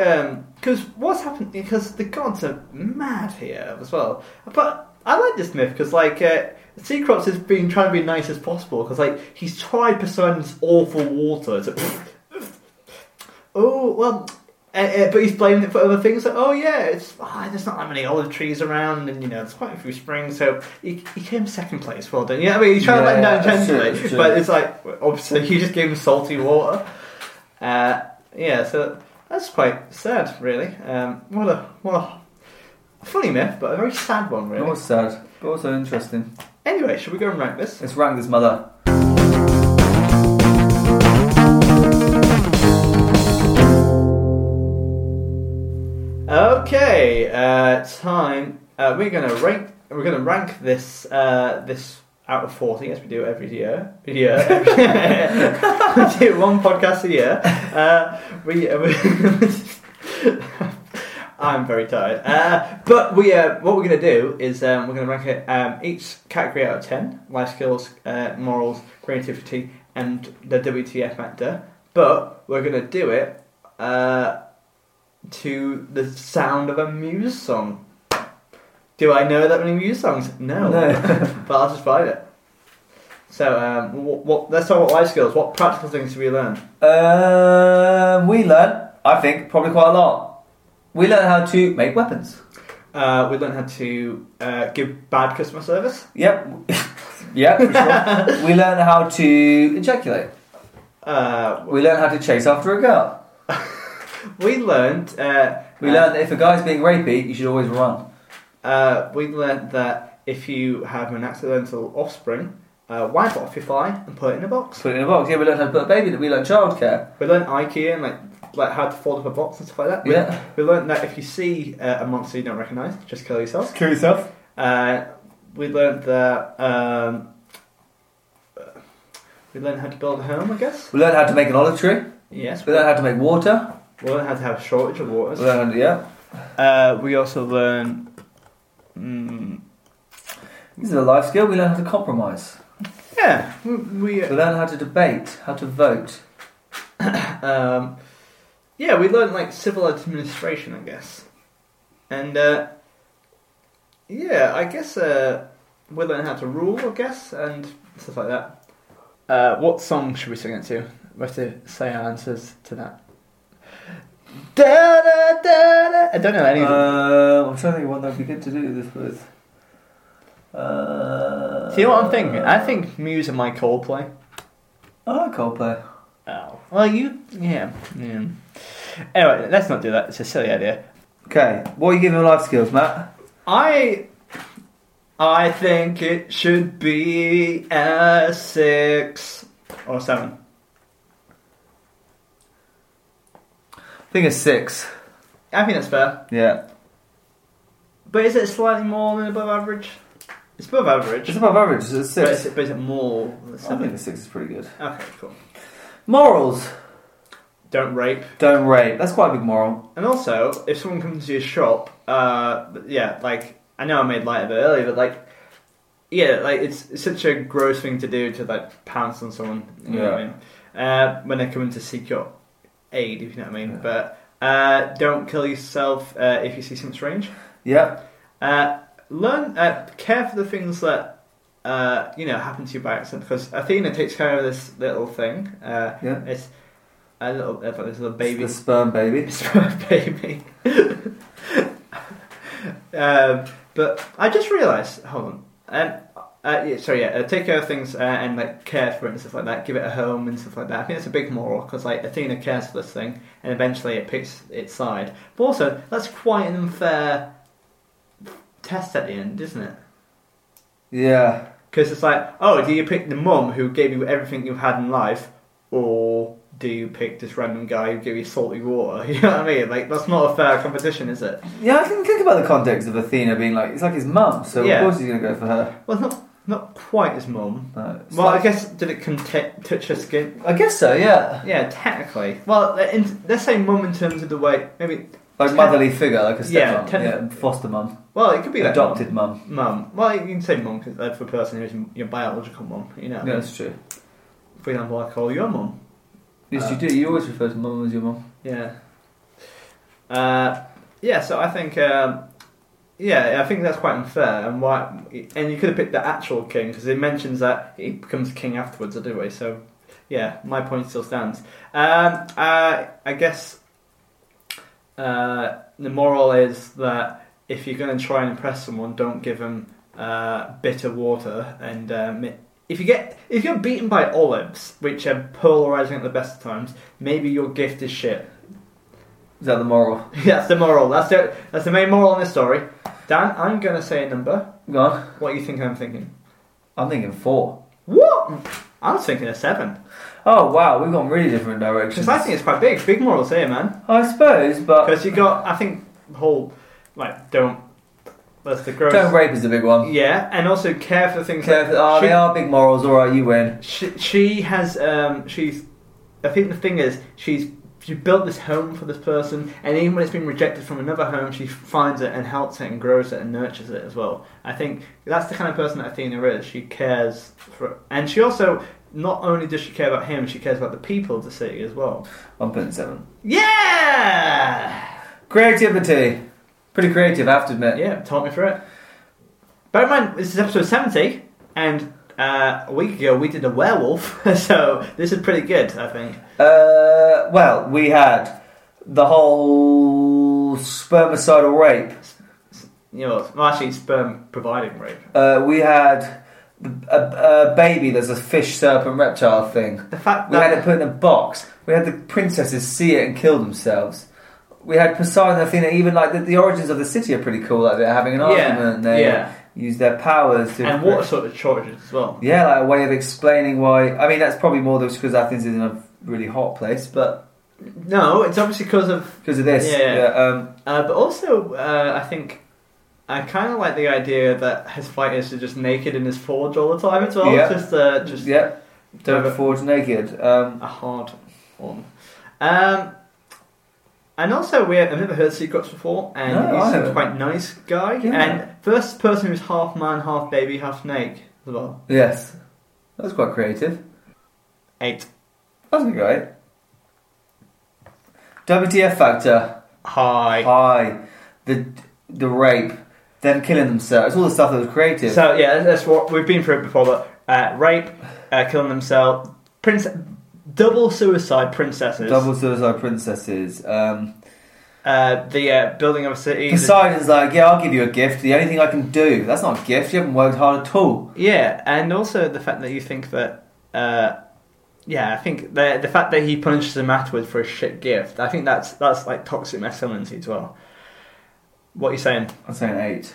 A: because what's happened because the gods are mad here as well. But I like this myth because like. Uh, Cecrops has been trying to be nice as possible because, like, he's tried Poseidon's awful water. It's like, oh well uh, uh, but he's blaming it for other things like oh yeah it's ah, there's not that many olive trees around and you know there's quite a few springs so he, he came second place well done you know what I mean he's trying to
B: Yeah,
A: like down
B: that's true,
A: gently
B: that's true.
A: but it's like obviously he just gave him salty water uh, yeah so that's quite sad really um, what a what a funny myth but a very sad one
B: It
A: really
B: was sad, but also interesting.
A: anyway should we go and rank this
B: Let's rank this mother.
A: Okay, uh, time. Uh, we're gonna rank. We're gonna rank this. Uh, this out of forty, as we do every year. Every year. we do one podcast a year. Uh, we. we I'm very tired. Uh, but we. Uh, what we're gonna do is um, we're gonna rank it um, each category out of ten: life skills, uh, morals, creativity, and the WTF factor. But we're gonna do it. Uh, to the sound of a Muse song. Do I know that many Muse songs? No.
B: No.
A: but I'll just find it. So, um, what, what, let's talk about life skills. What practical things do we learn?
B: Um, we learned, I think, probably quite a lot. We learned how to make weapons.
A: Uh, we learn how to uh, give bad customer service.
B: Yep. yep, for sure. we learned how to ejaculate.
A: Uh,
B: We learned how to chase after a girl.
A: we learned. Uh,
B: We
A: uh,
B: learned that if a guy's being rapey, you should always run.
A: Uh, we learned that if you have an accidental offspring, uh, wipe off your thigh and put it in a box.
B: Put it in a box. Yeah, we learned how to put a baby. We learned childcare.
A: We learned IKEA and like like how to fold up a box and stuff like that. We,
B: Yeah.
A: we learned that if you see uh, a monster you don't recognise, just kill yourself.
B: Kill yourself.
A: Uh, we learned that um, we learned how to build a home, I guess.
B: We learned how to make an olive tree.
A: Yes,
B: We learned how to make water.
A: we learned how to have a shortage of
B: We
A: water.
B: learned how to, yeah.
A: Uh, we also learned. Mm,
B: This is a life skill. We learned how to compromise.
A: yeah, we, we
B: We learned how to debate, how to vote.
A: um, yeah we learned like civil administration, I guess, and uh, yeah, I guess uh, we learned how to rule, I guess, and stuff like that. Uh, what song should we sing it to? We have to say our answers to that. Da, da, da, da. I don't know any of them.
B: Uh, I'm trying to think of one that would be good to do this with. Uh,
A: See what I'm thinking? I think Muse and my Coldplay.
B: I like Coldplay.
A: Oh, well, you, yeah, yeah. Anyway, let's not do that. It's a silly idea.
B: Okay, what are you giving life skills, Matt?
A: I I think it should be a six or seven.
B: I think it's six.
A: I think that's fair.
B: Yeah.
A: But is it slightly more than above average? It's above average.
B: It's above average, it's a
A: But is
B: six.
A: it, but is it more than
B: I think
A: seven?
B: the six is pretty good.
A: Okay, cool.
B: Morals.
A: Don't rape.
B: Don't rape. That's quite a big moral.
A: And also, if someone comes to your shop, uh, yeah, like I know I made light of it earlier, but like, yeah, like it's, it's such a gross thing to do to like pounce on someone. You know what I
B: Yeah.
A: mean? Uh, when they're coming to seek your aid, if you know what I mean.
B: Yeah.
A: But uh, don't kill yourself uh, if you see something strange.
B: Yep.
A: Uh, learn, uh, care for the things that uh, you know happen to you by accident, because Athena takes care of this little thing. Uh,
B: Yeah.
A: It's a little, it's a little baby.
B: The sperm baby.
A: It's my baby. um, but I just realised. Hold on. Um, uh, yeah, sorry, yeah. Uh, take care of things uh, and like care for it and stuff like that. Give it a home and stuff like that. I think that's a big moral because like Athena cares for this thing and eventually it picks its side. But also, that's quite an unfair test at the end, isn't it?
B: Yeah.
A: Because it's like, oh, do you pick the mum who gave you everything you've had in life, or do you pick this random guy who gave you salty water? You know what I mean? Like, that's not a fair competition, is it?
B: Yeah, I can think about the context of Athena being like, it's like his mum, so
A: Yeah.
B: of course he's going to go for her.
A: Well, not not quite as mum.
B: No, it's
A: Well,
B: like-
A: I guess did it conte- touch her skin?
B: I guess so, yeah.
A: Yeah, technically. Well, in, let's say mum in terms of the way maybe
B: Like motherly figure, like a
A: Yeah,
B: stepmom,
A: ten-
B: yeah, foster mum,
A: Well, it could be like
B: adopted mum.
A: mum. Well, you can say mum 'cause, uh, for a person who's your biological mum. You know, what I
B: Yeah,
A: mean?
B: that's true.
A: for example, I call your mum.
B: Yes,
A: Uh,
B: you do. You always refer to mum as your mum.
A: Yeah. Uh, yeah, so I think um, yeah, I think that's quite unfair, and why? And you could have picked the actual king because it mentions that he becomes king afterwards, anyway. So yeah, my point still stands. Um, uh, I guess uh, the moral is that if you're going to try and impress someone, don't give them uh, bitter water. And um, if you get if you're beaten by olives, which are polarizing at the best of times, maybe your gift is shit.
B: Is that the moral?
A: That's the moral. That's the that's the main moral in this story. Dan, I'm gonna say a number.
B: Go on.
A: What do you think I'm thinking?
B: I'm thinking four.
A: What? I was thinking a seven.
B: Oh wow, we've gone really different directions.
A: Because I think it's quite big. Big morals here, man.
B: I suppose, but
A: Because you got, I think, the whole like don't. That's the gross.
B: don't rape is a big one.
A: yeah, and also care for things.
B: Okay,
A: like,
B: oh,
A: she,
B: they are big morals. All right, you win.
A: she, she has. Um, she's. I think the thing is, she's. She built this home for this person, and even when it's been rejected from another home, she finds it and helps it and grows it and nurtures it as well. I think that's the kind of person that Athena is. She cares for, and she also not only does she care about him, she cares about the people of the city as well.
B: One point seven.
A: Yeah,
B: Creativity. Pretty creative, I have to admit.
A: yeah. Talk me through it. Bear in mind, this is episode seventy, and uh, a week ago we did a werewolf, so this is pretty good, I think.
B: Uh, well, we had the whole spermicidal rape.
A: You know, well, actually, sperm providing rape.
B: Uh, we had a, a baby that's a fish, serpent, reptile thing.
A: The fact
B: We
A: that
B: had it put in a box. We had the princesses see it and kill themselves. We had Poseidon and Athena, even like the, the origins of the city are pretty cool. Like they're having an
A: Yeah,
B: argument and they
A: yeah.
B: use their powers to.
A: and water sort of shortages as well.
B: Yeah, like a way of explaining why. I mean, that's probably more just because Athens is in a really hot place, but
A: No, it's obviously because of,
B: because of this.
A: Yeah, yeah.
B: um,
A: uh, but also uh, I think I kind of like the idea that his fighters are just naked in his forge all the time as well.
B: Yeah.
A: Just, uh, just
B: yeah. Don't
A: Have a-
B: forge naked. Um,
A: a hard one. Um, and also, we I've never heard Secrets before, and
B: No, I
A: he seems
B: haven't.
A: quite nice guy.
B: Yeah.
A: And first person who's half man, half baby, half snake as well.
B: yes, that was quite creative.
A: Eight.
B: That was great. WTF factor.
A: Hi.
B: Hi, the the rape, them killing themselves. It's all the stuff that was creative.
A: So yeah, that's what we've been through it before. But uh, rape, uh, killing themselves, prince, double suicide princesses,
B: Double suicide princesses. Um,
A: Uh, the uh, building of a city. the-
B: Poseidon's like, yeah, I'll give you a gift. The only thing I can do. That's not a gift. You haven't worked hard at all.
A: Yeah, and also the fact that you think that, uh, yeah, I think the the fact that he punishes him afterward for a shit gift, I think that's that's like toxic masculinity as well. What are you saying?
B: I'm saying eight,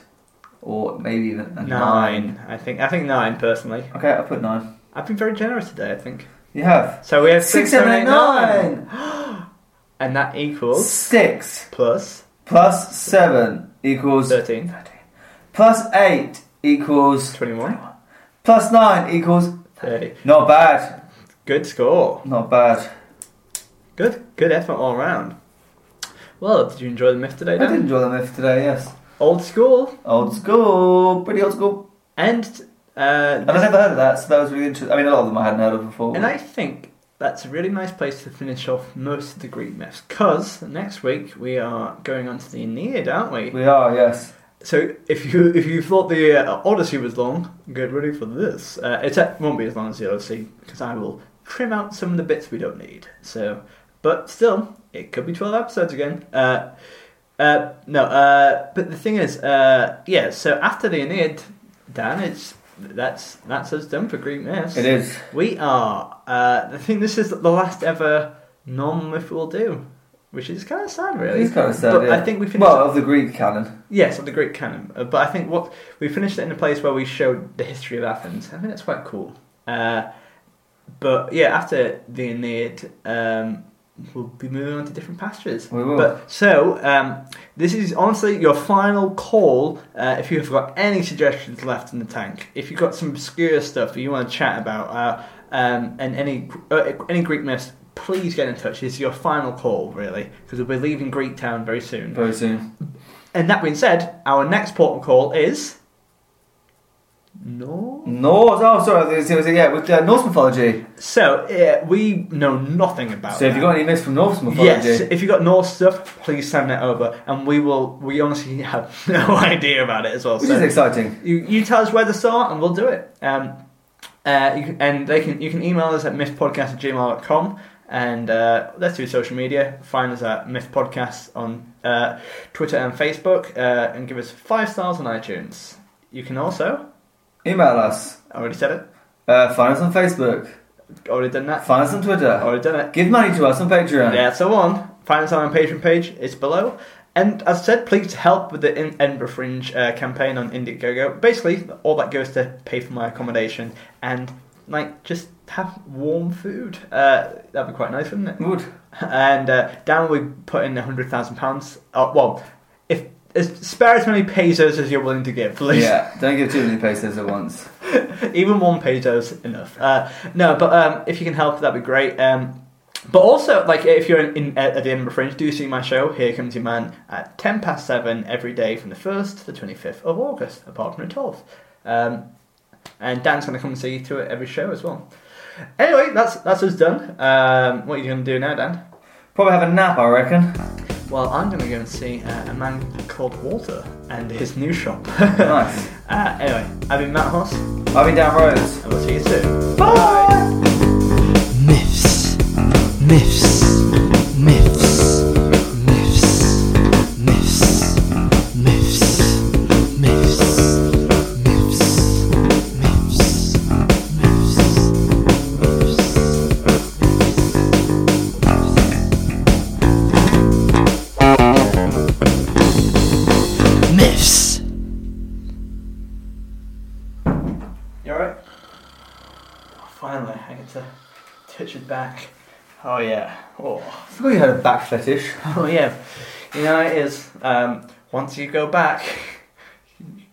B: or maybe even a nine.
A: I think I think nine personally.
B: Okay, I put nine.
A: I've been very generous today. I think
B: You have
A: so. We have
B: six,
A: six,
B: seven, eight,
A: seven,
B: nine.
A: and that equals
B: Six
A: plus
B: plus seven equals
A: 13,
B: plus eight equals
A: 21,
B: plus nine equals.
A: 30.
B: Not bad.
A: Good score.
B: Not bad.
A: Good good effort all round. Well, did you enjoy the myth
B: I
A: today,
B: did
A: Dan?
B: enjoy the myth today. Yes.
A: Old school
B: Old school, pretty old school.
A: and. Uh,
B: And I've never heard of that, so that was really interesting. I mean, a lot of them I hadn't heard of before.
A: And I think that's a really nice place to finish off most of the Greek myths, because next week we are going on to the Aeneid, aren't we?
B: we are, yes.
A: So if you if you thought the uh, Odyssey was long, get ready for this. Uh, it uh, won't be as long as the Odyssey because I will trim out some of the bits we don't need. So, but still, it could be twelve episodes again. Uh, uh, no, uh, but the thing is, uh, yeah. So after the Aeneid, Dan, it's that's that's us done for Greek myths.
B: It is.
A: We are. Uh, I think this is the last ever non-myth we'll do, which is kind of sad, really.
B: It's kind of sad.
A: But
B: yeah.
A: I think we finished.
B: Well, of the Greek canon.
A: yes, of the Greek canon. Uh, but I think what we finished it in a place where we showed the history of Athens. I think that's quite cool. Uh, but yeah, after the Aeneid, um, we'll be moving on to different pastures.
B: We will.
A: But so um, this is honestly your final call. Uh, if you have got any suggestions left in the tank, if you've got some obscure stuff that you want to chat about, uh, um, and any uh, any Greek myths, please get in touch. This is your final call, really, because we'll be leaving Greek Town very soon.
B: Very soon.
A: And that being said, our next port of call is. No.
B: Norse. Oh, sorry. it was- Yeah, with uh, Norse mythology.
A: So uh, we know nothing about.
B: So, if
A: that.
B: you got any myths from Norse mythology,
A: Yes, if you got Norse stuff, please send it over, and we will. We honestly have no idea about it as well.
B: which
A: so
B: is exciting.
A: you, you tell us where to start, and we'll do it. Um, uh, you, can- and they can you can email us at mythpodcast at gmail.com and uh, let's do social media. Find us at mythpodcast on uh, Twitter and Facebook, uh, and give us five stars on iTunes. You can also
B: Email us.
A: already said it,
B: Uh, find us on Facebook.
A: already done that,
B: Find us on Twitter.
A: already done it.
B: Give money to us on Patreon.
A: Yeah, uh, so on. Find us on our Patreon page. It's below. And as said, please help with the in- Edinburgh Fringe uh, campaign on Indiegogo. Basically, all that goes to pay for my accommodation and like just have warm food. Uh, that'd be quite nice, wouldn't it?
B: Would.
A: And uh, Dan will be putting hundred thousand pounds. Uh, well, if as, spare as many pesos as you're willing to give, please.
B: Yeah, don't give too many pesos at once.
A: Even one peso's enough. Uh, no, but um, if you can help, that'd be great. Um, but also, like, if you're in, in, at, at the Edinburgh Fringe, do see my show, Here Comes Your Man, at 10 past 7 every day from the 1st to the 25th of August, apart from the 12th. Um, and Dan's going to come and see you through it every show as well. Anyway, that's that's us done. Um, what are you going to do now, Dan?
B: Probably have a nap, I reckon.
A: Well, I'm going to go and see uh, a man called Walter and his new shop.
B: Nice.
A: uh, anyway, I've been Matt Hoss, and
B: I've been down roads.
A: we'll see you soon.
B: Bye.
D: myths, myths, myths, myths, myths, myths, myths, myths, myths, myths, myths. Myths.
A: You alright? finally, I get to touch it back. Oh yeah. Oh,
B: I forgot you had a back fetish.
A: oh yeah. You know it is. Um, once you go back.